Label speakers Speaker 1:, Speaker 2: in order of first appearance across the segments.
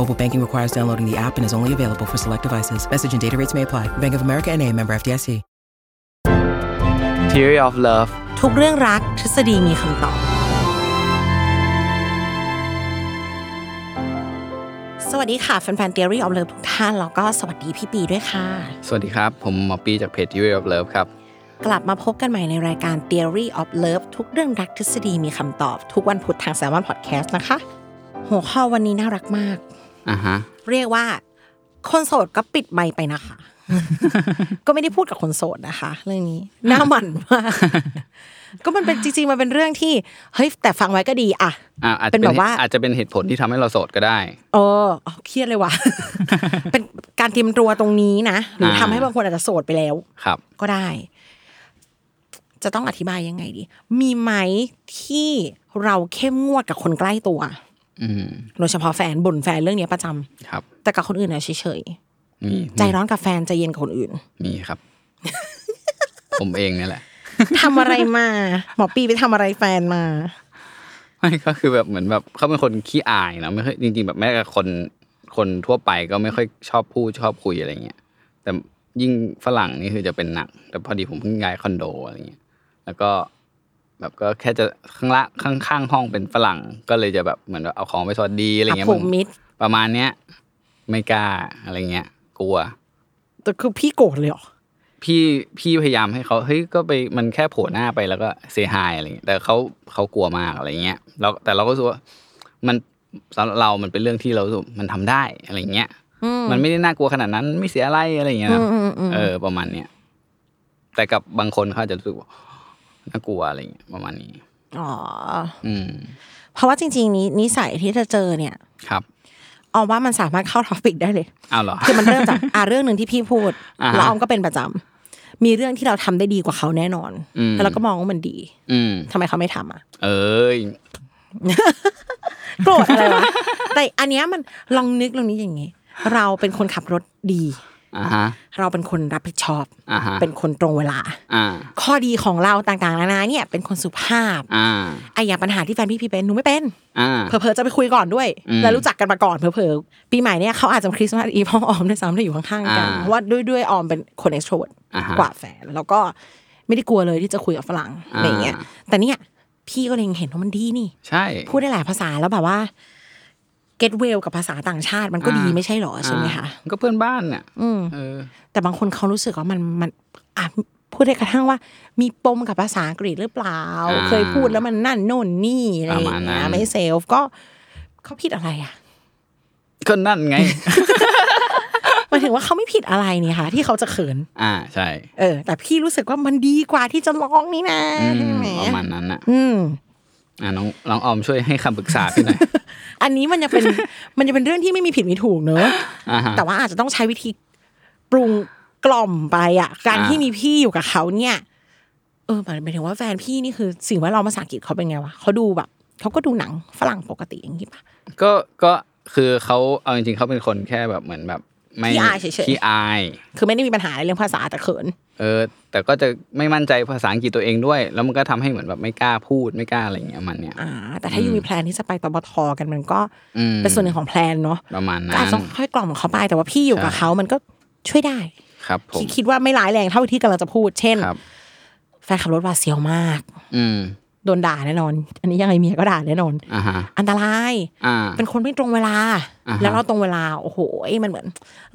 Speaker 1: Mobile banking requires downloading the app and is only available for select devices. Message and data rates may apply. Bank of America and a member FDIC.
Speaker 2: Theory of Love
Speaker 3: ทุกเรื่องรักทฤษฎีมีคำตอบ สวัสดีค่ะแฟนๆ Theory of Love ทุกท่าน แล้วก็สวัสดีพี่ปีด้วยค่ะ
Speaker 2: สวัสดีครับ ผมหมอปีจากเพจ Theory of Love ครับ
Speaker 3: กลับมาพบกันใหม่ในรายการ Theory of Love ทุกเรื่องรักทฤษฎีมีคำตอบ ทุกวันพุธทาง s ซ l m o n Podcast นะคะ หัวข้อวันนี้น่ารักมาก
Speaker 2: อ่าฮะ
Speaker 3: เรียกว่า คนโสดก็ปิดไมค์ไปนะคะ ก็ไม่ได้พูดกับคนโสดนะคะ เรื่องนี้หน่าหมัน มาก ก็มันเป็นจริงๆมันเป็นเรื่องที่เฮ้ยแต่ฟังไว้ก็ดีอะ
Speaker 2: อ่าอาจจะ
Speaker 3: เป็นแบบว่า
Speaker 2: อาจจะเป็นเหตุผลที่ทำให้เราโสดก็ได้
Speaker 3: เออเอาเครีย ดเลยว่ะ เป็นการเตรียมตัวตรงนี้นะ หรืออา ทำให้บางคนอาจจะโสดไปแล้ว
Speaker 2: ครับ
Speaker 3: ก็ได้ จะต้องอธิบายยังไงดี มีไหมที่เราเข้มงวดกับคนใกล้ตัว
Speaker 2: อืม
Speaker 3: โดยเฉพาะแฟนบ่นแฟนเรื่องเนี้ยประจำ
Speaker 2: ครับ
Speaker 3: แต่กับคนอื่นเนี่ยเฉย
Speaker 2: มี
Speaker 3: ๆใจร้อนกับแฟนใจเย็นกับคน อื่น
Speaker 2: มีครับ ผมเองเนี่ยแหละ
Speaker 3: ทำอะไรมาหมอปีไปทำอะไรแฟนมา
Speaker 2: ไม่ก็คือแบบเหมือนแบบเขาเป็นคนขี้อายเนอะไม่ค่อยจริงๆแบบแม้กับคนคนทั่วไปก็ไม่ค่อยชอบพูดชอบคุยอะไรเงี้ยแต่ยิ่งฝรั่งนี่คือจะเป็นหนัก แต่พอดีผมเพิ่งย้ายคอนโดอะไรเงี้ยแล้วก็แบบก็แค่จะข้างละข้างข้างห้องเป็นฝรั่ง ก็เลยจะแบบเหมือนแบบเอาของไปสวัสดีอะไรเงี้ย
Speaker 3: อ่ะผมมิด
Speaker 2: ประมาณเนี้ยไม่กล้าอะไรเงี้ย กลัว
Speaker 3: แต่คือพี่โกรธเลยเหรอ
Speaker 2: พี่พี่พยายามให้เขาเฮ้ยก็ไปมันแค่โผล่หน้าไปแล้วก็เซฮายอะไรเงี้ยแต่เขาเขากลัวมากอะไรเงี้ยแล้วแต่เราก็รู้สึกว่ามันสำหรับเรามันเป็นเรื่องที่เรารู้สึกมันทำได้อะไรเงี้ยมันไม่ได้น่ากลัวขนาดนั้นไม่เสียอะไรอะไรเงี้ยนะเออ ประมาณเนี้ยแต่กับบางคนเขาอาจจะรู้สึกว่าน่ากลัวอะไรเงี้ยประมาณนี้
Speaker 3: อ๋อ
Speaker 2: อืม
Speaker 3: เพราะว่าจริง ๆ นี้นิสัยที่จะเจอเนี่ย
Speaker 2: ครับ
Speaker 3: ออมว่ามันสามารถเข้าท็อปิกได้เลย
Speaker 2: เอาเหรอ
Speaker 3: คือมันเริ่มจาก อ่าเรื่องหนึ่งที่พี่พูด
Speaker 2: อ่าฮะ
Speaker 3: แล้วออมก็เป็นประจำมีเรื่องที่เราทำได้ดีกว่าเขาแน่นอน
Speaker 2: อืม
Speaker 3: แต่เราก็มองว่ามันดี
Speaker 2: อืม
Speaker 3: ทำไมเขาไม่ทำอ่ะ
Speaker 2: เอ้ย
Speaker 3: โกรธอะไร วะ แต่อันเนี้ยมันลองนึกลองนี้อย่างงี้ เราเป็นคนขับรถดี
Speaker 2: อ่าฮะ
Speaker 3: เราเป็นคนรับผิดชอบ
Speaker 2: อ่าฮะ
Speaker 3: เป็นคนตรงเวลา
Speaker 2: อ่า
Speaker 3: ข้อดีของเราต่างๆนานาเนี่ย เป็นคนสุภาพ
Speaker 2: อ่า
Speaker 3: ไอ้อย่างปัญหาที่แฟนพี่พี่เป็นหนูไม่เป็น
Speaker 2: อ่า
Speaker 3: เผลอๆจะไปคุยก่อนด้วย
Speaker 2: อืม
Speaker 3: แล้วรู้จักกันมาก่อนเผลอๆปีใหม่เนี่ยเขาอาจจะคริสต์มาสอีพ่อออมด้วยซ้ำที่อยู่ข้างๆกัน
Speaker 2: อ่า
Speaker 3: เพราะว่าด้วยด้วยออมเป็นคนเอ็กโทรด
Speaker 2: อ่าฮะ
Speaker 3: กว่าแฟนแล้วก็ไม่ได้กลัวเลยที่จะคุยกับฝรั่ง
Speaker 2: อ่า
Speaker 3: อะไรเงี้ยแต่เนี่ยพี่ก็เล็งเห็นว่ามันดีนี่
Speaker 2: ใช่
Speaker 3: พูดได้หลายภาษาแล้วแบบว่า get well กับภาษาต่างชาติมันก็ดีไม่ใช่หรอใช่ไหมคะ
Speaker 2: อ่าก็เพื่อนบ้านเนี่ย
Speaker 3: อืม
Speaker 2: เออ
Speaker 3: แต่บางคนเขารู้สึกว่ามันมันอ่ะพูดได้กระทั่งว่า มีปมกับภาษาอังกฤษหรือเปล่า
Speaker 2: อ่า
Speaker 3: เคยพูดแล้วมันนั่นโน่นนี่อะไรอ
Speaker 2: ประมาณ
Speaker 3: ย่า
Speaker 2: นั้
Speaker 3: งเงี้ย
Speaker 2: น
Speaker 3: ไม่เซลฟ์ก็เขาผิดอะไรอ่ะ
Speaker 2: ก็นั่น ไง
Speaker 3: หมายถึงว่าเขาไม่ผิดอะไรนี่ค่ะ ที่เขาจะเขิน
Speaker 2: อ่าใช่
Speaker 3: เออ แต่พี่รู้สึกว่ามันดีกว่าที่จะร้องนี่นะ
Speaker 2: อืม
Speaker 3: ใช่ไหม
Speaker 2: ประมาณนั้นอ่ะ
Speaker 3: อืม
Speaker 2: อ่ะน้องน้องออมช่วยให้คำปรึกษา พี่หน่อย
Speaker 3: อันนี้มันจะ เป็น มันจะเป็นเรื่องที่ไม่มีผิดมีถูกเนอะ
Speaker 2: อ่าฮะ
Speaker 3: แต่ว่าอาจจะต้องใช้วิธีปรุงกล่อมไปอ่ะ การ
Speaker 2: อ่า
Speaker 3: ที่มีพี่อยู่กับเขาเนี่ย เออหมายหมายถึงว่าแฟนพี่นี่คือ สิ่งแว่าเรามภาษาอังกฤษเขาเป็นไงวะเขาดูแบบเขาก็ดูหนังฝรั่งปกติอย่างนี้ปะ
Speaker 2: ก็ก็คือเขาเอาจริงๆเขาเป็นคนแค่แบบเหมือนแบบ ไม่
Speaker 3: ขี้อายเฉยๆ
Speaker 2: ขี้อาย
Speaker 3: คือไม่ได้มีปัญหาในเรื่องภาษาแต่เขิน
Speaker 2: เออ แต่ก็จะไม่มั่นใจภาษาอังกฤษตัวเองด้วย แล้วมันก็ทำให้เหมือนแบบไม่กล้าพูดไม่กล้าอะไรอย่างเงี้ยมันเนี่ย
Speaker 3: อ่า แต่ถ้าอยู่มีแพลนที่จะไปตบทกันมันก็
Speaker 2: อืม
Speaker 3: เป็นส่วนหนึ่งของแพลนเนาะ
Speaker 2: ประมาณ
Speaker 3: ก็อา
Speaker 2: นั้
Speaker 3: จ
Speaker 2: น
Speaker 3: จะค่อยกล่อมเขาไปแต่ว่าพี่อยู่กับ
Speaker 2: ใช่
Speaker 3: เขามันก็ช่วยได้
Speaker 2: ครับผม
Speaker 3: คิดคิดว่าไม่ร้ายแรงเท่าที่กำลังจะพูด เช่น
Speaker 2: ครับ
Speaker 3: แฟนขับรถหวาดเสียวมาก
Speaker 2: อืม
Speaker 3: โดนด่าแน่นอน อันนี้ยังไงเมียก็ด่าแน่นอน
Speaker 2: อ่าฮะ
Speaker 3: อันตราย
Speaker 2: อ่า
Speaker 3: เป็นคนไม่ตรงเวลา
Speaker 2: อ่าฮะ
Speaker 3: แล้วเราตรงเวลา โอ้โห มันเหมือน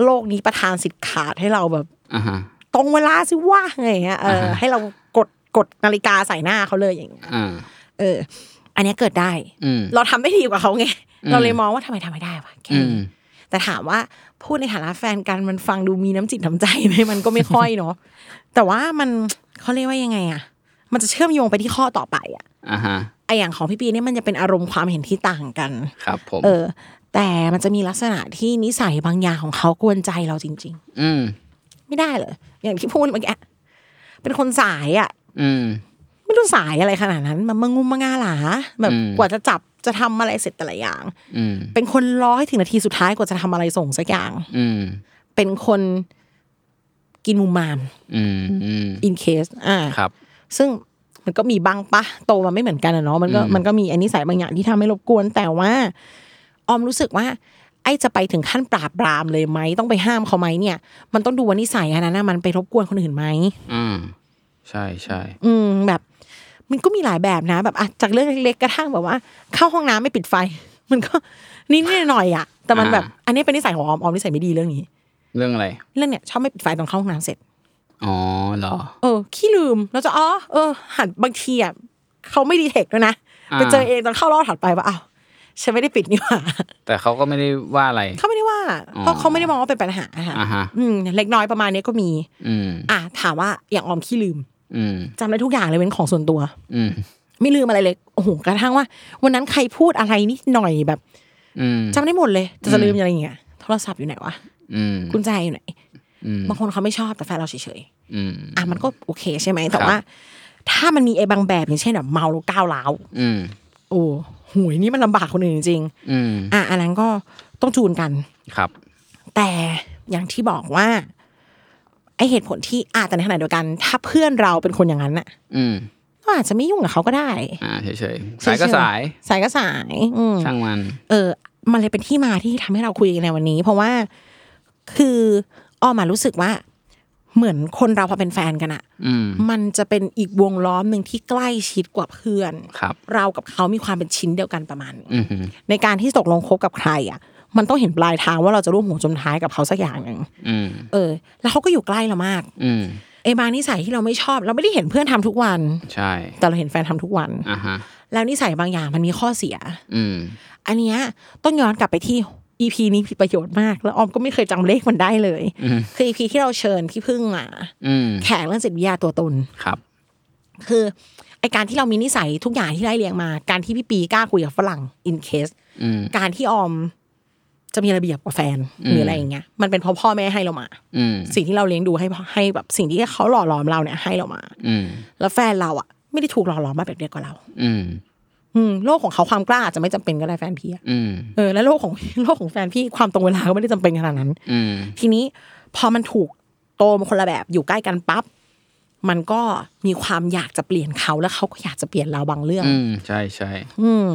Speaker 3: โลกนี้ประทานสิทธิ์ขาดให้เราแบบ
Speaker 2: อ่าฮะ
Speaker 3: ตรงเวลาสิว่าไงเงี้ยเอออ
Speaker 2: าฮะ
Speaker 3: ให้เรากดกดนาฬิกาใส่หน้าเขาเลยอย่างเงี้ย
Speaker 2: อ่า
Speaker 3: เออ อันเนี้ยเกิดได้
Speaker 2: อืม
Speaker 3: เราทำไม่ดีกว่าเขาไง
Speaker 2: อืม
Speaker 3: เราเลยมองว่าทำไมทำไม่ได้วะแค่
Speaker 2: อืม
Speaker 3: นี้แต่ถามว่าพูดในฐานะแฟนกันมันฟังดูมีน้ำจิตน้ำใจไหมมันก็ไม่ค่อยเนาะ แต่ว่ามันเขาเรียกว่ายังไงอะมันจะเชื่อมโยงไปที่ข้อต่อไปอะ
Speaker 2: อ่าฮะ
Speaker 3: ไออย่างของพี่ปีเนี่ยมันจะเป็นอารมณ์ความเห็นที่ต่างกัน
Speaker 2: ครับผม
Speaker 3: เออ แต่มันจะมีลักษณะที่นิสัยบางอย่างของเขากวนใจเราจริง
Speaker 2: อืม
Speaker 3: ๆ ไม่ได้เลย อย่างที่พูดเมื่อกี้เป็นคนสายอะ
Speaker 2: อืม
Speaker 3: ไม่รู้สายอะไรขนาดนั้น มันมางุมมางาหลาแบบ
Speaker 2: อืม
Speaker 3: กว่าจะจับจะทำอะไรเสร็จแต่ละอย่าง
Speaker 2: อืม
Speaker 3: เป็นคนรอให้ถึงนาทีสุดท้ายกว่าจะทำอะไรส่งสักอย่าง
Speaker 2: อืม
Speaker 3: เป็นคนกินมุมมาม
Speaker 2: อืมอืม
Speaker 3: in case อ่า
Speaker 2: ครับ
Speaker 3: ซึ่งมันก็มีบ้างปะโตมาไม่เหมือนกันอะเนาะมันก็
Speaker 2: อืม
Speaker 3: มันก็มีอันนี้สายบางอย่างที่ทำให้รบกวน แต่ว่า ออมรู้สึกว่า ไอ้จะไปถึงขั้นปราบปรามเลยไหมต้องไปห้ามเขาไหมเนี่ย มันต้องดูว่านิสัยอันนั้นนะมันไปรบกวนคนอื่นไหม
Speaker 2: อืม ใช่ใช่
Speaker 3: อืมแบบ มันก็มีหลายแบบนะ แบบอ่ะจากเรื่องเล็กๆกระทั่งแบบว่า เข้าห้องน้ำไม่ปิดไฟ มันก็นิดๆหน่อยๆอ่ะ แต่มันแบบ
Speaker 2: อ่า
Speaker 3: อันนี้เป็นนิสัยของออมออมนิสัยไม่ดีเรื่องนี้
Speaker 2: เรื่องอะไร
Speaker 3: เรื่องเนี่ยชอบไม่ปิดไฟตอนเข้าห้องน้ำเสร็จ
Speaker 2: อ๋อเหรอ
Speaker 3: เออขี้ลืมแล้วจะอ๋อเออ หันบางทีอ่ะเขาไม่ดีเทคด้วยนะ
Speaker 2: อ่า
Speaker 3: ไปเจอเองตอนเข้ารอบถัดไปว่าอ้าวฉันไม่ได้ปิดนี่หว่า
Speaker 2: แต่เขาก็ไม่ได้ว่าอะไร
Speaker 3: เขาไม่ได้ว่า เพราะเขาไม่ได้มองว่าเป็นปัญหาอะค่ะ
Speaker 2: อ่าฮะ
Speaker 3: อืมเล็กน้อยประมาณเนี้ยก็มี
Speaker 2: อืม
Speaker 3: อ่ะถามว่าอย่างออมขี้ลืม
Speaker 2: อืม
Speaker 3: จำได้ทุกอย่างเลยเว้นของส่วนตัว
Speaker 2: อืม
Speaker 3: ไม่ลืมอะไรเลยโอ้โหกระทั่งว่า วันนั้นใครพูดอะไรนิดหน่อยแบบ
Speaker 2: อืม
Speaker 3: จำได้หมดเลยแต่จะลืมอะไรอย่างเงี้ยโทรศัพท์อยู่ไหนวะ
Speaker 2: อืม
Speaker 3: กุญแจอยู่ไหน
Speaker 2: อืม
Speaker 3: บางคนเขาไม่ชอบแต่แฟนเราเฉยๆ
Speaker 2: อืม
Speaker 3: อ่ะมันก็โอเคใช่ไหมแต่
Speaker 2: ครับ
Speaker 3: ว่า ถ้ามันมีไอ้บางแบบอย่างเช่นแบบเมาแล้วก้าวร้าว
Speaker 2: อืม
Speaker 3: โอ้โหุยนี่มันลำบากคนอื่นจริง
Speaker 2: อืม
Speaker 3: ๆอ่ะอันนั้นก็ต้องจูนกัน
Speaker 2: ครับ
Speaker 3: แต่อย่างที่บอกว่า ไอเหตุผลที่อ่ะแต่ในขณะเดียวกัน ถ้าเพื่อนเราเป็นคนอย่างนั้นน่ะ
Speaker 2: อืม
Speaker 3: ก็อาจจะไม่ยุ่งกับเขาก็ได้
Speaker 2: อ่าเฉยๆ สายก็สาย
Speaker 3: สายก็สายอืม
Speaker 2: ช่างมัน
Speaker 3: เออ มันเลยเป็นที่มาที่ทำให้เราคุยกันในวันนี้ เพราะว่าคืออ้อมารู้สึกว่า เหมือนคนเราพอเป็นแฟนกันอะ
Speaker 2: อืม
Speaker 3: มันจะเป็นอีกวงล้อมหนึ่งที่ใกล้ชิดกว่าเพื่อน
Speaker 2: ครับ
Speaker 3: เรากับเขามีความเป็นชิ้นเดียวกันประมาณหนึ่ง
Speaker 2: อืมฮึ
Speaker 3: ในการที่ตกลงคบกับใครอ่ะ มันต้องเห็นปลายทางว่าเราจะร่วมหัวจมท้ายกับเขาสักอย่างหนึ่ง
Speaker 2: อืม
Speaker 3: เออ แล้วเขาก็อยู่ใกล้เรามาก
Speaker 2: อืม
Speaker 3: ไอ้บางนิสัยที่เราไม่ชอบ เราไม่ได้เห็นเพื่อนทำทุกวัน
Speaker 2: ใช่
Speaker 3: แต่เราเห็นแฟนทำทุกวัน
Speaker 2: อ่าฮะ
Speaker 3: แล้วนิสัยบางอย่างมันมีข้อเสีย
Speaker 2: อืม
Speaker 3: อันเนี้ยต้องย้อนกลับไปที่ EP นี้มีประโยชน์มาก แล้วออมก็ไม่เคยจำเลขมันได้เลย
Speaker 2: อืม
Speaker 3: คือ EP ที่เราเชิญพี่พึ่งมา
Speaker 2: อืม
Speaker 3: แขกเรื่องจิตวิทยาตัวตน
Speaker 2: ครับ
Speaker 3: คือไอการที่เรามีนิสัยทุกอย่างที่ได้เรียงมา การที่พี่ปีกล้าคุยกับฝรั่ง in case
Speaker 2: อืม
Speaker 3: การที่ออมจะมีระเบียบกับแฟนหรืออะไรอย่างเงี้ยมันเป็นเพราะพ่อแม่ให้เรามา
Speaker 2: อืม
Speaker 3: สิ่งที่เราเลี้ยงดูให้ให้แบบสิ่งที่เขาหล่อหลอมเราเนี่ยให้เรามา
Speaker 2: อืม
Speaker 3: แล้วแฟนเราอ่ะไม่ได้ถูกหล่อหลอมมาแบบเดียวกับเรา
Speaker 2: อืม
Speaker 3: อืมโลกของเขาความกล้าอาจจะไม่จำเป็นก็ได้แฟนพี่อะ
Speaker 2: อืม
Speaker 3: เออแล้วโลกของ โลกของแฟนพี่ความตรงเวลาก็ไม่ได้จำเป็นขนาดนั้น
Speaker 2: อืม
Speaker 3: ทีนี้พอมันถูกโตมาคนละแบบอยู่ใกล้กันปั๊บมันก็มีความอยากจะเปลี่ยนเขาแล้วเขาก็อยากจะเปลี่ยนเราบางเรื่อง
Speaker 2: อืม ใช่ใช่
Speaker 3: อืม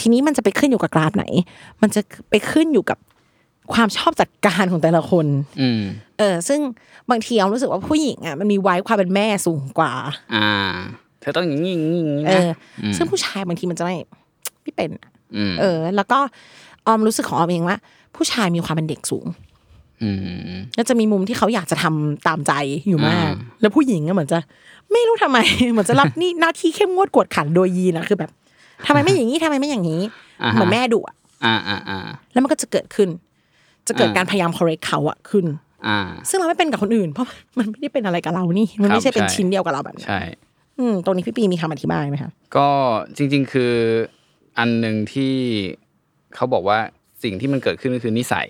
Speaker 3: ทีนี้มันจะไปขึ้นอยู่กับกราฟไหน มันจะไปขึ้นอยู่กับความชอบจัดการของแต่ละคน
Speaker 2: อืม
Speaker 3: เออ ซึ่งบางทีเรารู้สึกว่าผู้หญิงอ่ะมันมีไว้ความเป็นแม่สูงกว่า
Speaker 2: อ่า เธอต้องอย่างนี้อย่างนี้อย่างนี้
Speaker 3: เอ
Speaker 2: นะ
Speaker 3: ออซึ่งผู้ชายบางทีมันจะไม่ไม่เป็นอะ
Speaker 2: อืม
Speaker 3: เออ แล้วก็ออมรู้สึกของออมเองว่า ผู้ชายมีความเป็นเด็กสูง
Speaker 2: อืม
Speaker 3: แล้วจะมีมุมที่เขาอยากจะทำตามใจอยู่มาก
Speaker 2: อ่า
Speaker 3: แล้วผู้หญิงก็เหมือนจะ ไม่รู้ทำไม เหมือนจะรับนี่หน้าที่เข้มงวดกวดขันโดยยีนอะคือแบบทำไมไม่อย่างนี้ทำไมไม่อย่างนี้
Speaker 2: อ่า
Speaker 3: เหมือนแม่ดุอะ
Speaker 2: อ่าอ่าอ่า
Speaker 3: แล้วมันก็จะเกิดขึ้น จะเกิด
Speaker 2: อ่า
Speaker 3: การพยายาม correct เขาอะขึ้น
Speaker 2: อ่า
Speaker 3: ซึ่งเราไม่เป็นกับคนอื่น เพราะ มันไม่ได้เป็นอะไรกับเรานี่ มัน
Speaker 2: ครับ
Speaker 3: ไม่ใช่เป็น
Speaker 2: ใช่
Speaker 3: ชิ้นเดียวกับเราแบบนี้น
Speaker 2: ใช่
Speaker 3: อืมตรงนี้พี่ปีมีคำอธิบายไหมคะ
Speaker 2: ก็จริง ๆ คืออันหนึ่งที่เขาบอกว่าสิ่งที่มันเกิดขึ้นก็คือนิสัย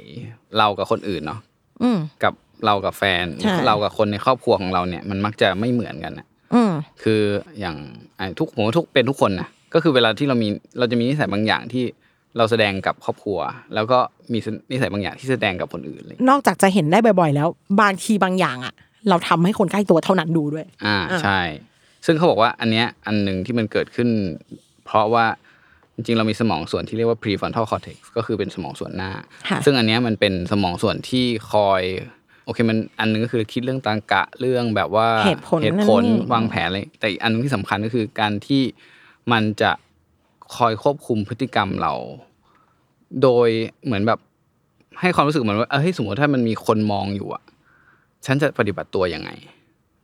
Speaker 2: เรากับคนอื่นเนาะ
Speaker 3: อืม
Speaker 2: กับเรากับแฟน
Speaker 3: ใช่
Speaker 2: เรากับคนในครอบครัวของเราเนี่ยมันมักจะไม่เหมือนกันอะ
Speaker 3: อืม
Speaker 2: คืออย่างอ่ะทุกผมว่าทุกเป็นทุกคนนะก็คือเวลาที่เรามีเราจะมีนิสัยบางอย่างที่ เราแสดงกับครอบครัว แล้วก็มีนิสัยบางอย่างที่แสดงกับคนอื่นอะไรเลย
Speaker 3: นอกจากจะเห็นได้บ่อยๆ แล้ว บางทีบางอย่างอะเราทำให้คนใกล้ตัวเท่านั้นดูด้วย
Speaker 2: อ่าใช่ ซึ่งเขาบอกว่าอันเนี้ยอันหนึ่งที่มันเกิดขึ้น เพราะว่าจริงๆ เรามีสมองส่วนที่เรียกว่า prefrontal cortex ก็คือเป็นสมองส่วนหน้า
Speaker 3: ค่ะ
Speaker 2: ซึ่งอันเนี้ยมันเป็นสมองส่วนที่คอยโอเคมันอันหนึงก็คือคิดเรื่องตรรกะเรื่องแบบว่า
Speaker 3: เหตุผล
Speaker 2: เหตุผล
Speaker 3: นั่นนี่
Speaker 2: วางแผนอะไรแต่อีกอันหนึงที่สำคัญก็คือการที่มันจะคอยควบคุมพฤติกรรมเรา โดยเหมือนแบบให้ความรู้สึกเหมือนว่าเอ้ยสมมติถ้ามันมีคนมองอยู่อะฉันจะปฏิบัติตัวยังไง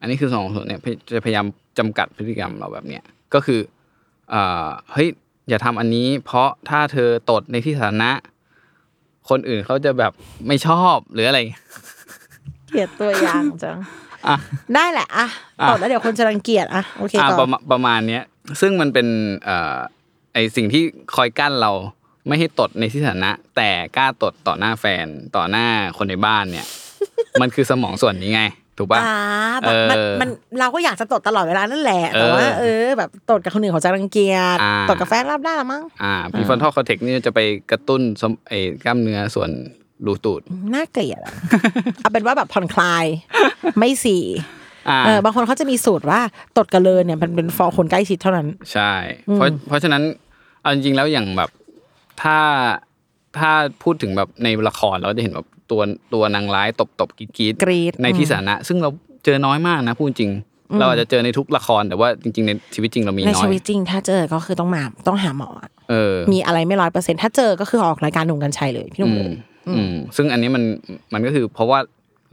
Speaker 2: อันนี้คือสมองส่วนเนี่ยจะพยายามจำกัดพฤติกรรมเราแบบเนี้ยก็คือเอ่อเฮ้ยอย่าทำอันนี้ เพราะถ้าเธอตดในที่สาธารณะ คนอื่นเขาจะแบบไม่ชอบหรืออะไร
Speaker 3: เกลียดตัวอย่างจัง
Speaker 2: อ่ะ
Speaker 3: ได้แหละอะตอบแล้วเดี๋ยวคนจะรังเกียจอะโอเค
Speaker 2: อ่า
Speaker 3: ต่
Speaker 2: ป
Speaker 3: อ
Speaker 2: ระมาณประมาณเนี้ยซึ่งมันเป็นเอ่อไอสิ่งที่คอยกั้นเราไม่ให้ตดในที่สาธารณะ แต่กล้าตดต่อหน้าแฟนต่อหน้าคนในบ้าน เนี่ย มันคือสมองส่วนนี้ไง ถูกปะ
Speaker 3: อ่าแบบมัน
Speaker 2: เออ
Speaker 3: มันเราก็อยากจะตดตลอดเวลานั่นแหละ
Speaker 2: เออ
Speaker 3: แต่ว่าเออ แบบตดกับคนอื่นเขาจะรังเกียจ
Speaker 2: อ่า
Speaker 3: ตดกับแฟนรับได้ละมั้ง
Speaker 2: อ่าพีฟอนทอลคอเทกนี่ยจะไปกระตุ้นสมไอกล้ามเนื้อส่วนรูตูด
Speaker 3: น่าเกลียดอะเอาเป็นว่าแบบผ่อนคลาย ไม่สี่
Speaker 2: อ่า
Speaker 3: เออบางคนเขาจะมีสูตรว่าตดกับเลนเนี่ยมันเป็นฟอร์คนใกล้ชิดเท่านั้น
Speaker 2: ใช่ เพราะเพราะฉะนั้นเอาจริงๆแล้วอย่างแบบถ้าถ้าพูดถึงแบบในละครเราจะเห็นแบบตัวตัวนางร้ายตบตบกรีด
Speaker 3: กรี๊ด
Speaker 2: ในที่สาธารณะซึ่งเราเจอน้อยมากนะพูดจริง เราอาจจะเจอในทุกละครแต่ว่าจริง ๆ ในชีวิตจริงเรามี
Speaker 3: ใน
Speaker 2: น้อ
Speaker 3: ชี
Speaker 2: ย
Speaker 3: วิตจริง ถ้าเจอก็คือต้องมาต้องหาหมออะ
Speaker 2: เออ
Speaker 3: มีอะไรไม่ร้อยเปอร์เซ็นต์ถ้าเจอก็คือออกรายการหนุ่มกันชัยเลยพี่หนุ่มเลย
Speaker 2: อืมซึ่งอันนี้มันมันก็คือเพราะว่า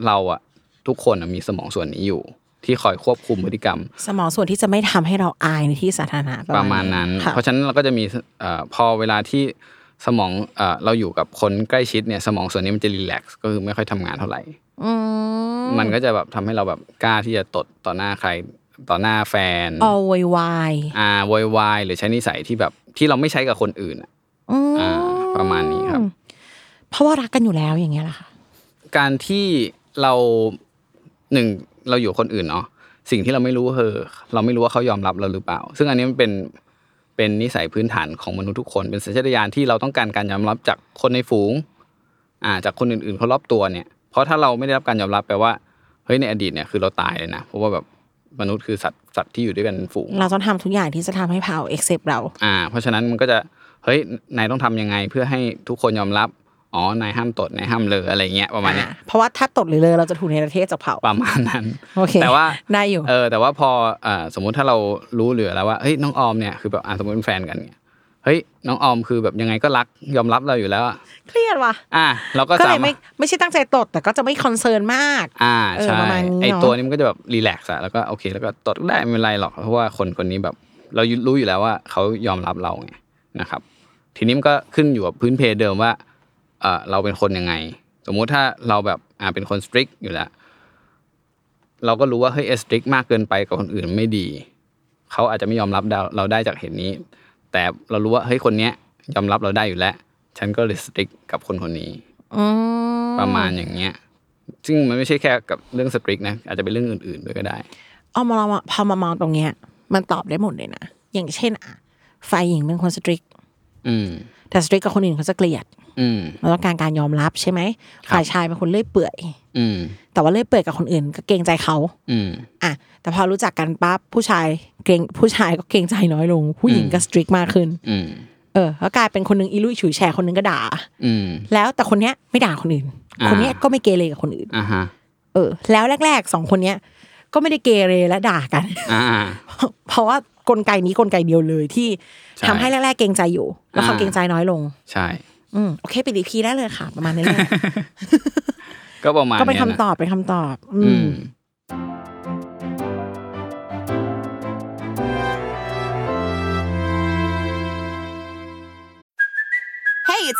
Speaker 2: เราอะทุกคนอะมีสมองส่วนนี้อยู่ ที่คอยควบคุมพฤติกรรม
Speaker 3: สมองส่วนที่จะไม่ทำให้เราอายในที่สาธารณะ
Speaker 2: ประมาณนั้น
Speaker 3: ค่ะ
Speaker 2: เพราะฉะนั้นเราก็จะมีเอ่อพอเวลาที่สมองเอ่อเราอยู่กับคนใกล้ชิดเนี่ยสมองส่วนนี้มันจะรีแลกซ์ก็คือไม่ค่อยทำงานเท่าไหร่
Speaker 3: อืม
Speaker 2: มันก็จะแบบทำให้เราแบบกล้าที่จะตดต่อหน้าใครต่อหน้าแฟน
Speaker 3: ออยวาย
Speaker 2: อ่าโวยวายหรือใช้นิสัยที่แบบที่เราไม่ใช้กับคนอื่นอะ
Speaker 3: อืม
Speaker 2: อ่าประมาณนี้ครับ
Speaker 3: เพราะว่ารักกันอยู่แล้วอย่างเงี้ยแหละค่ะ
Speaker 2: การที่เราหนึ่งเราอยู่กับคนอื่นเนาะสิ่งที่เราไม่รู้คือเราไม่รู้ว่าเขายอมรับเราหรือเปล่า ซึ่งอันนี้มันเป็นเป็นนิสัยพื้นฐานของมนุษย์ทุกคน เป็นสัญชาตญาณที่เราต้องการการยอมรับจากคนในฝูง อ่าจากคนอื่นๆเขารอบตัวเนี่ย เพราะถ้าเราไม่ได้รับการยอมรับแปลว่าเฮ้ยในอดีตเนี่ยคือเราตายเลยนะเพราะว่าแบบมนุษย์คือสัตว์สัตว์ที่อยู่ด้วยกันเป็นฝูง
Speaker 3: เราต้องทำทุกอย่างที่จะทำให้เผาเอ็กเซปเรา
Speaker 2: อ่าเพราะฉะนั้นมันก็จะเฮ้ยนายต้องทำยังไงเพื่อให้ทุกคนยอมรับอ๋อนายห้ามตดนายห้ามเลออะไรเงี้ยประมาณเนี้ย
Speaker 3: เพราะว่าถ้าตดหรือเลยเราจะถูกในประเทศจากเผา
Speaker 2: ประมาณนั้น
Speaker 3: โอเค
Speaker 2: แต่ว่า
Speaker 3: ได้อยู่
Speaker 2: เออแต่ว่าพออ่าสมมุติถ้าเรารู้เหลือแล้วว่าเฮ้ยน้องออมเนี่ยคือแบบอ่าสมมติเป็นแฟนกันเนี่ยเฮ้ยน้องออมคือแบบยังไงก็รักยอมรับเราอยู่แล้วอะ
Speaker 3: เครียดว่ะ
Speaker 2: อ่ะเราก็
Speaker 3: ก็
Speaker 2: สา
Speaker 3: เลย
Speaker 2: มา
Speaker 3: ไม่
Speaker 2: รถ
Speaker 3: ไม่ใช่ตั้งใจตดแต่ก็จะไม่คอนเซิร์นมาก
Speaker 2: อ่า
Speaker 3: เออ
Speaker 2: ใช่
Speaker 3: ประมาณนี้เนอะ
Speaker 2: ไอตัวนี้มันก็จะแบบรีแลกซ์อะแล้วก็โอเค แล้วก็ตดก็ได้ไม่เป็นไรหรอกเพราะว่าคนคนนี้แบบเรารู้อยู่แล้วว่าเขายอมรับเราไงนะครับ ทีนี้มันก็ขึ้นอยู่กับพื้นเพเดิมว่าเออเราเป็นคนยังไง สมมุติถ้าเราแบบอ่าเป็นคนสตริกอยู่แล้ว เราก็รู้ว่าเฮ้ยสตริกมากเกินไปกับคนอื่นไม่ดี เขาอาจจะไม่ยอมรับเราเราได้จากเหตุนี้ แต่เรารู้ว่าเฮ้ยคนเนี้ยยอมรับเราได้อยู่แล้ว ฉันก็เลยสตริกกับคนคนนี้ประมาณอย่างเงี้ย ซึ่งมันไม่ใช่แค่กับเรื่องสตริกนะ อาจจะเป็นเรื่องอื่น ๆด้วยก็ได้
Speaker 3: เอามาเรามาพอมามองตรงเนี้ย มันตอบได้หมดเลยนะอย่างเช่นอ่ะฝ่ายหญิงเป็นคนสตริก
Speaker 2: อืม
Speaker 3: แต่สตริกกับคนอื่นเขาจะเกลียด
Speaker 2: อืม
Speaker 3: เราต้องการการยอมรับใช่ไหมฝ่ายชายเป็นคนเลื่อยเปื่อย
Speaker 2: อืม
Speaker 3: แต่ว่าเลื่อยเปื่อยกับคนอื่นก็เกรงใจเขา
Speaker 2: อืม
Speaker 3: อ่ะ แต่พอรู้จักกันปั๊บผู้ชายเกรงผู้ชายก็เกรงใจน้อยลง ผู้หญิงก็สตริกมากขึ้น
Speaker 2: อืม
Speaker 3: เออก็กลายเป็นคนหนึงอีลุยฉุยแฉคนหนึงก็ด่า
Speaker 2: อืม
Speaker 3: แล้วแต่คนเนี้ยไม่ด่าคนอื่น
Speaker 2: อ่า
Speaker 3: คนเนี้ยก็ไม่เกเรกับคนอื่น
Speaker 2: อ่าฮะ
Speaker 3: เออ แล้วแรกๆสองคนเนี้ยก็ไม่ได้เกเรและด่ากัน
Speaker 2: อ่า
Speaker 3: เพราะว่ากลไกนี้กลไกเดียวเลยที่
Speaker 2: ใช่
Speaker 3: ทำให้แรกๆเกรงใจอยู่ แล้วเขา
Speaker 2: อ่า
Speaker 3: เกรงใจน้อยลง
Speaker 2: ใช่
Speaker 3: อืมโอเคปิดอีพีได้เลยค่ะ ประมาณนี้เลย
Speaker 2: ก็ ประมาณ
Speaker 3: ก็เป็น
Speaker 2: ย
Speaker 3: คำ
Speaker 2: นะ
Speaker 3: ตอบเป็นคำตอบ อื
Speaker 2: อื
Speaker 3: ม
Speaker 2: ม
Speaker 4: Hey, it's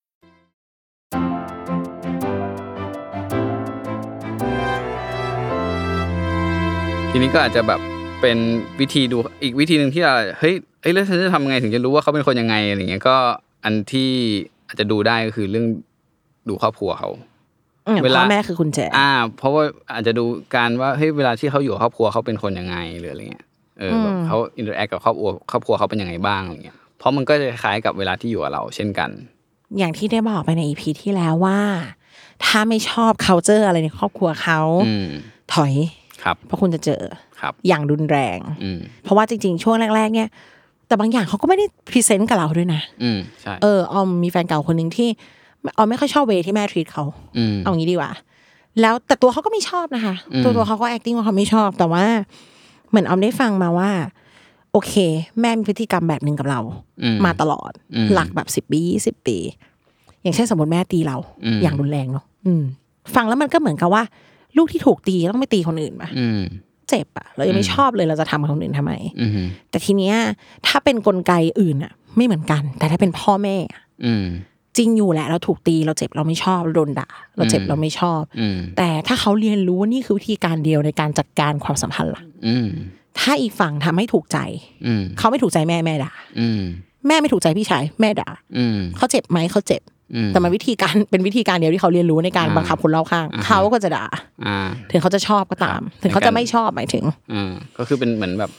Speaker 2: ทีนี้ก็อาจจะแบบเป็นวิธีดูอีกวิธีหนึ่งที่เราเฮ้ยเฮ้ยแล้วฉันจะทำไงถึงจะรู้ว่าเขาเป็นคนยังไงอะไรเงี้ยก็อันที่อาจจะดูได้ก็คือเรื่องดูครอบครัวเขา
Speaker 3: อืม
Speaker 2: เวลา
Speaker 3: พ่อแม่คือคุณแจ
Speaker 2: อ่า เพราะว่าอาจจะดูการว่าเฮ้ยเวลาที่เขาอยู่กับครอบครัวเขาเป็นคนยังไงหรืออะไรเงี้ยเออแบบเขาอินเตอร์แอคกับครอบครัวครอบครัวเขาเป็นยังไงบ้างอะไรเงี้ยเพราะมันก็จะคล้ายกับเวลาที่อยู่กับเรา เช่นกัน
Speaker 3: อย่างที่ได้บอกไปในอีพีที่แล้วว่า ถ้าไม่ชอบ c u เจอร์อะไรในครอบครัวเขา
Speaker 2: อืม
Speaker 3: ถอย
Speaker 2: ครับ
Speaker 3: เพราะคุณจะเจอ
Speaker 2: ครับ
Speaker 3: อย่างรุนแรง
Speaker 2: อืม
Speaker 3: เพราะว่าจริง ๆ ช่วงแรก ๆ เนี่ย แต่บางอย่างเขาก็ไม่ได้พรีเซนต์กับเราด้วยนะ
Speaker 2: อืมใช่
Speaker 3: เออออมมีแฟนเก่าคนหนึ่งที่ออมไม่ค่อยชอบเวที่แม่ทรีตเขา
Speaker 2: อืม
Speaker 3: เอางี้ดีกว่า แล้วแต่ตัวเขาก็ไม่ชอบนะคะ
Speaker 2: อืม
Speaker 3: ตัวตัวเขาก็ acting ว่าเขาไม่ชอบ แต่ว่า เหมือนออมได้ฟังมาว่า โอเค แม่มีพฤติกรรมแบบหนึ่งกับเรา
Speaker 2: อื
Speaker 3: มาตลอด
Speaker 2: อืม
Speaker 3: หลักแบบสิบ10 ปียี่สิบปี อย่างเช่นสมมติแม่ตีเรา
Speaker 2: อืม
Speaker 3: อย่างรุนแรงเนาะอืม ฟังแล้วมันก็เหมือนกับว่า ลูกที่ถูกตีต้องไม่ตีคนอื่นปะ
Speaker 2: อืม
Speaker 3: เจ็บอะเรายังไม่
Speaker 2: อืม
Speaker 3: ชอบเลยเราจะทำกับคนอื่นทำไม
Speaker 2: อืม
Speaker 3: แต่ทีเนี้ยถ้าเป็นกลไกอื่นอะไม่เหมือนกัน แต่ถ้าเป็นพ่อแม่อะ
Speaker 2: อืม
Speaker 3: จริงอยู่แหละเราถูกตีเราเจ็บเราไม่ชอบเราโดนด่า เราเจ็บ
Speaker 2: อืม
Speaker 3: เราไม่ชอบ
Speaker 2: อืม
Speaker 3: แต่ถ้าเขาเรียนรู้ว่านี่คือวิธีการเดียวในการจัดการความสัมพันธ์ล่ะ
Speaker 2: อืม
Speaker 3: ถ้าอีกฝั่งทำให้ถูกใจ
Speaker 2: อืม
Speaker 3: เขาไม่ถูกใจแม่แม่ด่า
Speaker 2: อืม
Speaker 3: แม่ไม่ถูกใจพี่ชายแม่ด่า
Speaker 2: อืม
Speaker 3: เขาเจ็บไหมเขาเจ็บ
Speaker 2: อืม
Speaker 3: แต่มันวิธีการ เป็นวิธีการเดียวที่เขาเรียนรู้ในการ
Speaker 2: อ่า
Speaker 3: บังคับคนรอบข้าง
Speaker 2: อ่าฮะ
Speaker 3: เขาก็จะด่า
Speaker 2: อ่า
Speaker 3: ถึงเขาจะชอบก็ตาม
Speaker 2: ครับ
Speaker 3: ถึงเขา
Speaker 2: ในกา
Speaker 3: จะ
Speaker 2: ร
Speaker 3: ไม่ชอบหมายถึง
Speaker 2: อ่าก็คือเป็นเหมือนแบบ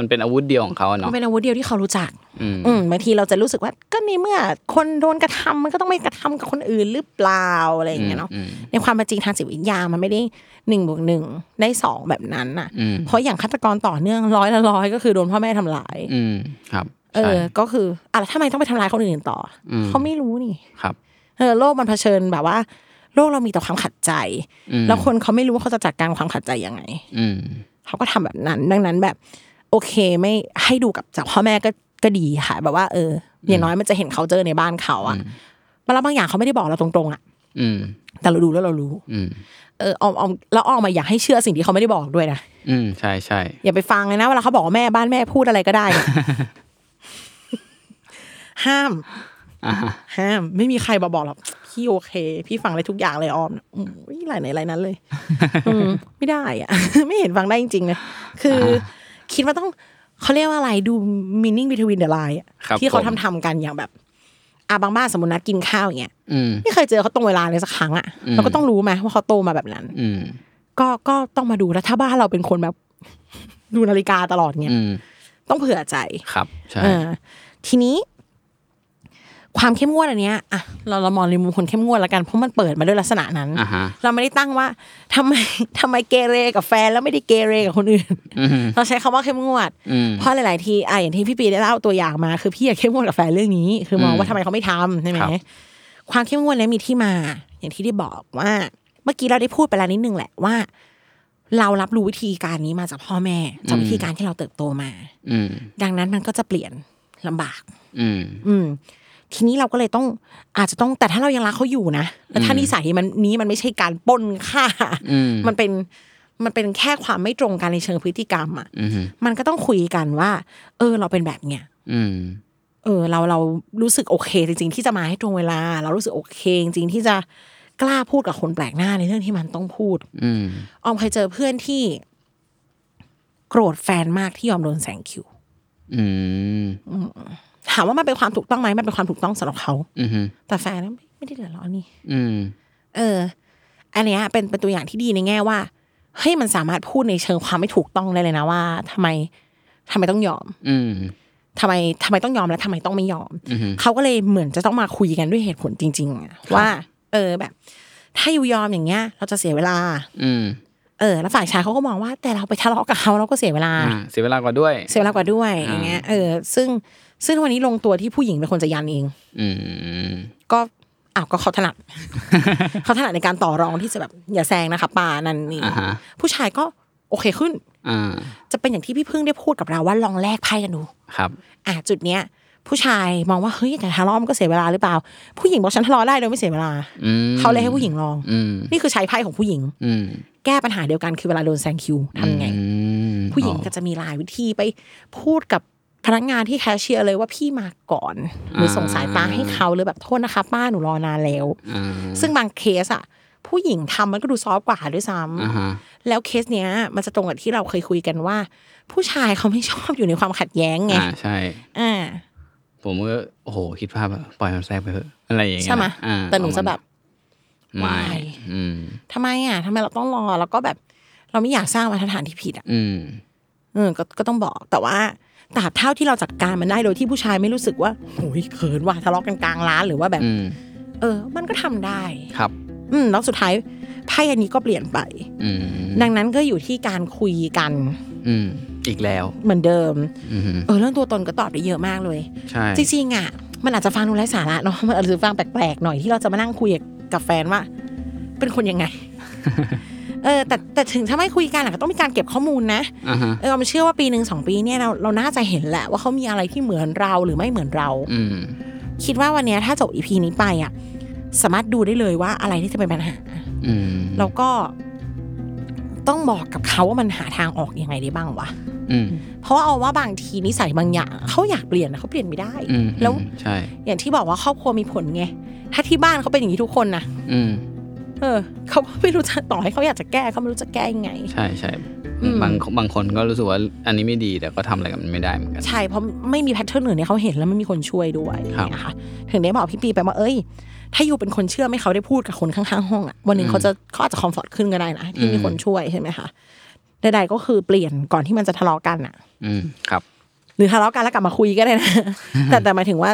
Speaker 2: มันเป็นอาวุธเดียวของเขาอะ
Speaker 3: มั
Speaker 2: เนาะ
Speaker 3: นเป็นอาวุธเดียวที่เขารู้จัก
Speaker 2: อืม
Speaker 3: อืมบางทีเราจะรู้สึกว่าก็ในเมื่อคนโดนกระทำมันก็ต้องไม่กระทำกับคนอื่นหรือเปล่าอะไรอย่างเงี้ยเนาะ
Speaker 2: อืม
Speaker 3: ในความเป็นจริงทางจิตวิทยามันไม่ได้หนึ่งบวกหนึ่งได้สองแบบนั้นน่ะ
Speaker 2: อืม
Speaker 3: เพราะอย่างฆาตกรต่อเนื่องร้อยละร้อยก็คือโดนพ่อแม่ทำร้าย
Speaker 2: อืมครับ
Speaker 3: เอ
Speaker 2: ใช่
Speaker 3: อ ก็คืออ่ะแล้วทำไมต้องไปทำร้ายคนอื่นต่ออ
Speaker 2: ม
Speaker 3: เขาไม่รู้นี่
Speaker 2: ครับ
Speaker 3: เออโลกมันเผชิญแบบว่า โลกเรามีแต่ความขัดใจ
Speaker 2: อืม
Speaker 3: แล้วคนเขาไม่รู้ว่าเขาจะจัดการความขัดใจยังไง
Speaker 2: อืม
Speaker 3: เขาก็ทำแบบนั้น ดังนั้นแบบ โอเคไม่ให้ดูกับจากพ่อแม่ก็ก็ดีค่ะ แบบว่าเอออย่างน้อยมันจะเห็นเขาเจอในบ้านเขาอะแล้วบางอย่างเขาไม่ได้บอกเราตรงๆอะ
Speaker 2: อืม
Speaker 3: แต่เราดูแล้วเรารู้
Speaker 2: อืม
Speaker 3: เออออมออมแล้วออมมาอยากให้เชื่อสิ่งที่เขาไม่ได้บอกด้วยนะ
Speaker 2: อืมใช่ใช่
Speaker 3: อย่าไปฟังเลยนะเวลาเขาบอกว่าแม่บ้านแม่พูดอะไรก็ได้เนี่ย ห้าม
Speaker 2: อ่าฮะ
Speaker 3: ห้ามไม่มีใครมาบอกหรอกพี่โอเค พี่ฟังอะไรทุกอย่างเลยออมอืมอุ๊ยหลายไหนหลายนั้นเลย อืมไม่ได้อะ ไม่เห็นฟังได้จริงๆเลยคืออคิดว่าต้องเขาเรียกว่าอะไรดู meaning between the line อะ
Speaker 2: ครับ
Speaker 3: ที่เขา
Speaker 2: ผม
Speaker 3: ทำทำกันอย่างแบบอ่ะบางบ้านสมมตินัดกินข้าวอย่างเงี้ย
Speaker 2: อืม
Speaker 3: ไม่เคยเจอเขาตรงเวลาเลยสักครั้งอ่ะ
Speaker 2: อืม
Speaker 3: เราก็ต้องรู้ไหมว่าเขาโตมาแบบนั้น
Speaker 2: อืม
Speaker 3: ก็ก็ต้องมาดูแล้วถ้าบ้านเราเป็นคนแบบ ดูนาฬิกาตลอดเงี้ย
Speaker 2: อืม
Speaker 3: ต้องเผื่อใจ
Speaker 2: ครับใช่
Speaker 3: เออทีนี้ ความเข้มงวดอันเนี้ยอ่ะเราเรามองในมุมคนเข้มงวดละกันเพราะมันเปิดมาด้วยลักษณะนั้น
Speaker 2: อ่าฮะ
Speaker 3: เราไม่ได้ตั้งว่าทำไม ทำไมเกเรกับแฟนแล้วไม่ได้เกเรกับคนอื่น
Speaker 2: อืม
Speaker 3: เราใช้คำว่าเข้มงวด
Speaker 2: อืม
Speaker 3: เพราะหลาย ๆ ทีอ่ะอย่างที่พี่ปีได้เล่าตัวอย่างมาคือพี่อยากเข้มงวดกับแฟนเรื่องนี้ คือมอง
Speaker 2: อืม
Speaker 3: ว่าทำไมเขาไม่ทำใช่ไหม
Speaker 2: ครับ
Speaker 3: ความเข้มงวดเนี้มีที่มา อย่างที่ได้บอกว่า เมื่อกี้เราได้พูดไปแล้วนิดนึงแหละว่า เรารับรู้วิธีการนี้มาจากพ่อแม่จากวิธีการที่เราเติบโตมา
Speaker 2: อืม
Speaker 3: ดังนั้นมันก็จะเปลี่ยนลำบาก
Speaker 2: อืม
Speaker 3: อืม ทีนี้เราก็เลยต้องอาจจะต้องแต่ถ้าเรายังรักเขาอยู่นะแล้วถ้านิสัยมันนี้มันไม่ใช่การปล้นฆ่า
Speaker 2: อืม
Speaker 3: มันเป็นมันเป็นแค่ความไม่ตรงกันในเชิงพฤติกรรมอ่ะ
Speaker 2: อืม
Speaker 3: มันก็ต้องคุยกันว่า เออ เราเป็นแบบเนี้ย
Speaker 2: อืม
Speaker 3: เออ เราเรารู้สึกโอเค จริง ๆ ที่จะมาให้ตรงเวลา เรารู้สึกโอเค จริงๆที่จะกล้าพูดกับคนแปลกหน้าในเรื่องที่มันต้องพูด
Speaker 2: อืม
Speaker 3: ออมเคยเจอเพื่อนที่ โกรธแฟนมากที่ยอมโดนแสงคิว
Speaker 2: อืม
Speaker 3: ถามว่ามันเป็นความถูกต้องไหมมันเป็นความถูกต้องสำหรับเขา
Speaker 2: อืม
Speaker 3: แต่แฟนไม่ไม่ได้เดือดร้อนนี่
Speaker 2: อืม
Speaker 3: เออ อันเนี้ยเป็นเป็นตัวอย่างที่ดีในแง่ว่า เฮ้ยมันสามารถพูดในเชิงความไม่ถูกต้องได้เลยนะว่าทำไมทำไมต้องยอม
Speaker 2: อืม
Speaker 3: ทำไมทำไมต้องยอมและทำไมต้องไม่ยอม เขาก็เลยเหมือนจะต้องมาคุยกันด้วยเหตุผลจริงๆอะว่า เออแบบ ถ้าอยู่ยอมอย่างเงี้ย เราจะเสียเวลา
Speaker 2: อืม
Speaker 3: เออ แล้วฝ่ายชายเขาก็มองว่า แต่เราไปทะเลาะกับเขาเราก็เสียเวลา
Speaker 2: อ่าเสียเวลากว่าด้วย
Speaker 3: เสียเวลากว่าด้วยอย่างเงี้ย เออ ซึ่งซึ่งวันนี้ลงตัวที่ผู้หญิงเป็นคนจะยันเอง
Speaker 2: อืม
Speaker 3: ก็ อ้าวก็เขาถนัด เขาถนัดในการต่อรองที่จะแบบอย่าแซงนะคะป่านั่นนี่
Speaker 2: อ่าฮะ
Speaker 3: ผู้ชายก็โอเคขึ้น
Speaker 2: อ่า
Speaker 3: จะเป็นอย่างที่พี่พึ่งได้พูดกับเราว่าลองแลกไพ่กันดู
Speaker 2: ครับ
Speaker 3: อ่ะจุดเนี้ย ผู้ชายมองว่าเฮ้ยแต่ทะเลาะมันก็เสียเวลาหรือเปล่า ผู้หญิงบอกฉันทะเลาะได้โดยไม่เสียเวลา
Speaker 2: อืม
Speaker 3: เขาเลยให้ผู้หญิงลอง
Speaker 2: อืม
Speaker 3: นี่คือใช้ไพ่ของผู้หญิง
Speaker 2: อืม
Speaker 3: แก้ปัญหาเดียวกันคือเวลาโดนแซงคิวทำไง
Speaker 2: อืม
Speaker 3: ผู้หญิง
Speaker 2: อ๋อ
Speaker 3: ก็จะมีหลายวิธีไปพูดกับพนักงานที่แคชเชียร์เลยว่าพี่มาก่อน หรือส่งสายตาให้เขาหรือแบบโทษนะคะ ป้าหนูรอนานแล้ว
Speaker 2: อ่า
Speaker 3: ซึ่งบางเคสอะผู้หญิงทำมันก็ดูซอฟต์กว่าด้วยซ้ำ
Speaker 2: อ่าฮะ
Speaker 3: แล้วเคสเนี้ย มันจะตรงกับที่เราเคยคุยกันว่า ผู้ชายเขาไม่ชอบอยู่ในความขัดแย้งไง
Speaker 2: อ่าใช่
Speaker 3: อ่า
Speaker 2: ผมก็โอ้โหคิดภาพแบบปล่อยมันแทรกไปเถอะอะไรอย่างเงี้ย
Speaker 3: ใช่ไหม
Speaker 2: อ่า
Speaker 3: แต่หนูจะแบบ
Speaker 2: ไม่
Speaker 3: ไม่
Speaker 2: อืม
Speaker 3: ทำไมอ่ะทำไมเราต้องรอแล้วก็แบบ เราไม่อยากสร้างมาตรฐานที่ผิดอ่ะ
Speaker 2: อืม
Speaker 3: เออก็ก็ต้องบอกแต่ว่าตราบเท่าที่เราจัดการมันได้โดยที่ผู้ชายไม่รู้สึกว่าโอ้ยเขินว่ะทะเลาะกันกลางร้านหรือว่าแบบ
Speaker 2: อืม
Speaker 3: เออ มันก็ทำได้
Speaker 2: ครับ
Speaker 3: อืมแล้วสุดท้ายไพ่อันนี้ก็เปลี่ยนไป
Speaker 2: อืม
Speaker 3: ดังนั้นก็อยู่ที่การคุยกัน
Speaker 2: อืม อีกแล้ว
Speaker 3: เหมือนเดิม
Speaker 2: อืม
Speaker 3: เออ เรื่องตัวตนก็ตอบได้เยอะมากเลย
Speaker 2: ใช่
Speaker 3: จริงๆอ่ะ มันอาจจะฟังดูไร้สาระเนาะ มันอาจจะฟังแปลกๆหน่อยที่เราจะมานั่งคุยกับแฟนว่า เป็นคนยังไง เออ แต่แต่ถึงถ้าไม่คุยกันอะก็ต้องมีการเก็บข้อมูลนะ
Speaker 2: อ่าฮะ
Speaker 3: เออมันเชื่อว่าปีหนึ่งสองปีเนี่ยเราเราน่าจะเห็นแหละว่าเขามีอะไรที่เหมือนเราหรือไม่เหมือนเรา
Speaker 2: อืม
Speaker 3: คิดว่าวันเนี้ยถ้าจบอีพีนี้ไปอ่ะ สามารถดูได้เลยว่าอะไรที่จะเป็นปัญหา
Speaker 2: อืม
Speaker 3: แล้วก็ต้องบอกกับเขาว่ามันหาทางออกยังไงได้บ้างวะ
Speaker 2: อืม
Speaker 3: เพราะว่าเอาว่าบางทีนิสัยบางอย่างเขาอยากเปลี่ยนนะเขาเปลี่ยนไม่ได้
Speaker 2: อืม
Speaker 3: แล้ว
Speaker 2: ใช่
Speaker 3: อย่างที่บอกว่าครอบครัวมีผลไง ถ้าที่บ้านเขาเป็นอย่างนี้ทุกคนนะ
Speaker 2: อืม
Speaker 3: เออเขาก็ไม่รู้จะต่อให้เขาอยากจะแก้เขาไม่รู้จะแก้ยังไง
Speaker 2: ใช่ใช่
Speaker 3: อืม
Speaker 2: บางบางคนก็รู้สึกว่าอันนี้ไม่ดีแต่ก็ทำอะไรกับมันไม่ได้เหมือนกัน
Speaker 3: ใช่เพราะไม่มีแพทเทิร์นอื่นเนี่ยเขาเห็นแล้วไม่มีคนช่วยด้วย
Speaker 2: ครับ
Speaker 3: นะคะถึงได้บอกพี่ปีไปว่าเอ้ย ถ้าอยู่เป็นคนเชื่อไม่เขาได้พูดกับคนข้างๆห้องอะวันหนึ่งเขาจะเขาอาจจะคอมฟอร์ตขึ้นก็ได้นะที่มีคนช่วยใช่ไหมคะใดๆก็คือเปลี่ยนก่อนที่มันจะทะเลาะกันอะ
Speaker 2: อืม ครับ
Speaker 3: หรือทะเลาะกันแล้วกลับมาคุยก็ได้นะ แต่แต่หมายถึงว่า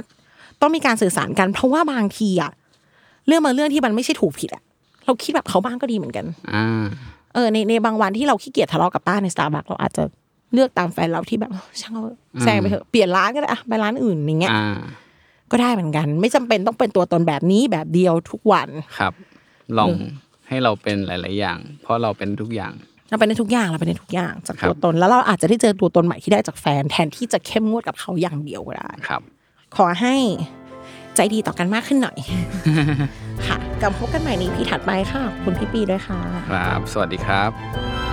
Speaker 3: ต้องมีการสื่อสารกัน เพราะว่าบางทีอะเรื่องบางเรื่องที่มันไม่ใช่ถูกผิดอะเราคิดแบบเขาบ้างก็ดีเหมือนกัน
Speaker 2: อ่า
Speaker 3: เออในในบางวันที่เราขี้เกียจทะเลาะกับป้าในสตาร์บัคเราอาจจะเลือกตามแฟนเราที่แบบช่างเอาแซงไปเถอะเปลี่ยนร้านก็ได้อะไปร้านอื่นอย่างเงี้ย
Speaker 2: อ่า
Speaker 3: ก็ได้เหมือนกัน ไม่จำเป็นต้องเป็นตัวตนแบบนี้แบบเดียวทุกวัน
Speaker 2: ครับ ลองให้เราเป็นหลาย ๆ อย่าง เพราะเราเป็นทุกอย่าง
Speaker 3: เราเป็นในทุกอย่างเราเป็นในทุกอย่างจาก
Speaker 2: ครับ
Speaker 3: ตัวตนแล้วเราอาจจะได้เจอตัวตนใหม่ที่ได้จากแฟนแทนที่จะเข้มงวดกับเขาอย่างเดียวก็ได้
Speaker 2: ครับ
Speaker 3: ขอให้ใจดีต่อกันมากขึ้นหน่อย ค่ะกลับมาพบกันใหม่ในพีถัดไปค่ะขอบคุณพี่ปีด้วยค่ะ
Speaker 2: ครับ สวัสดีครับ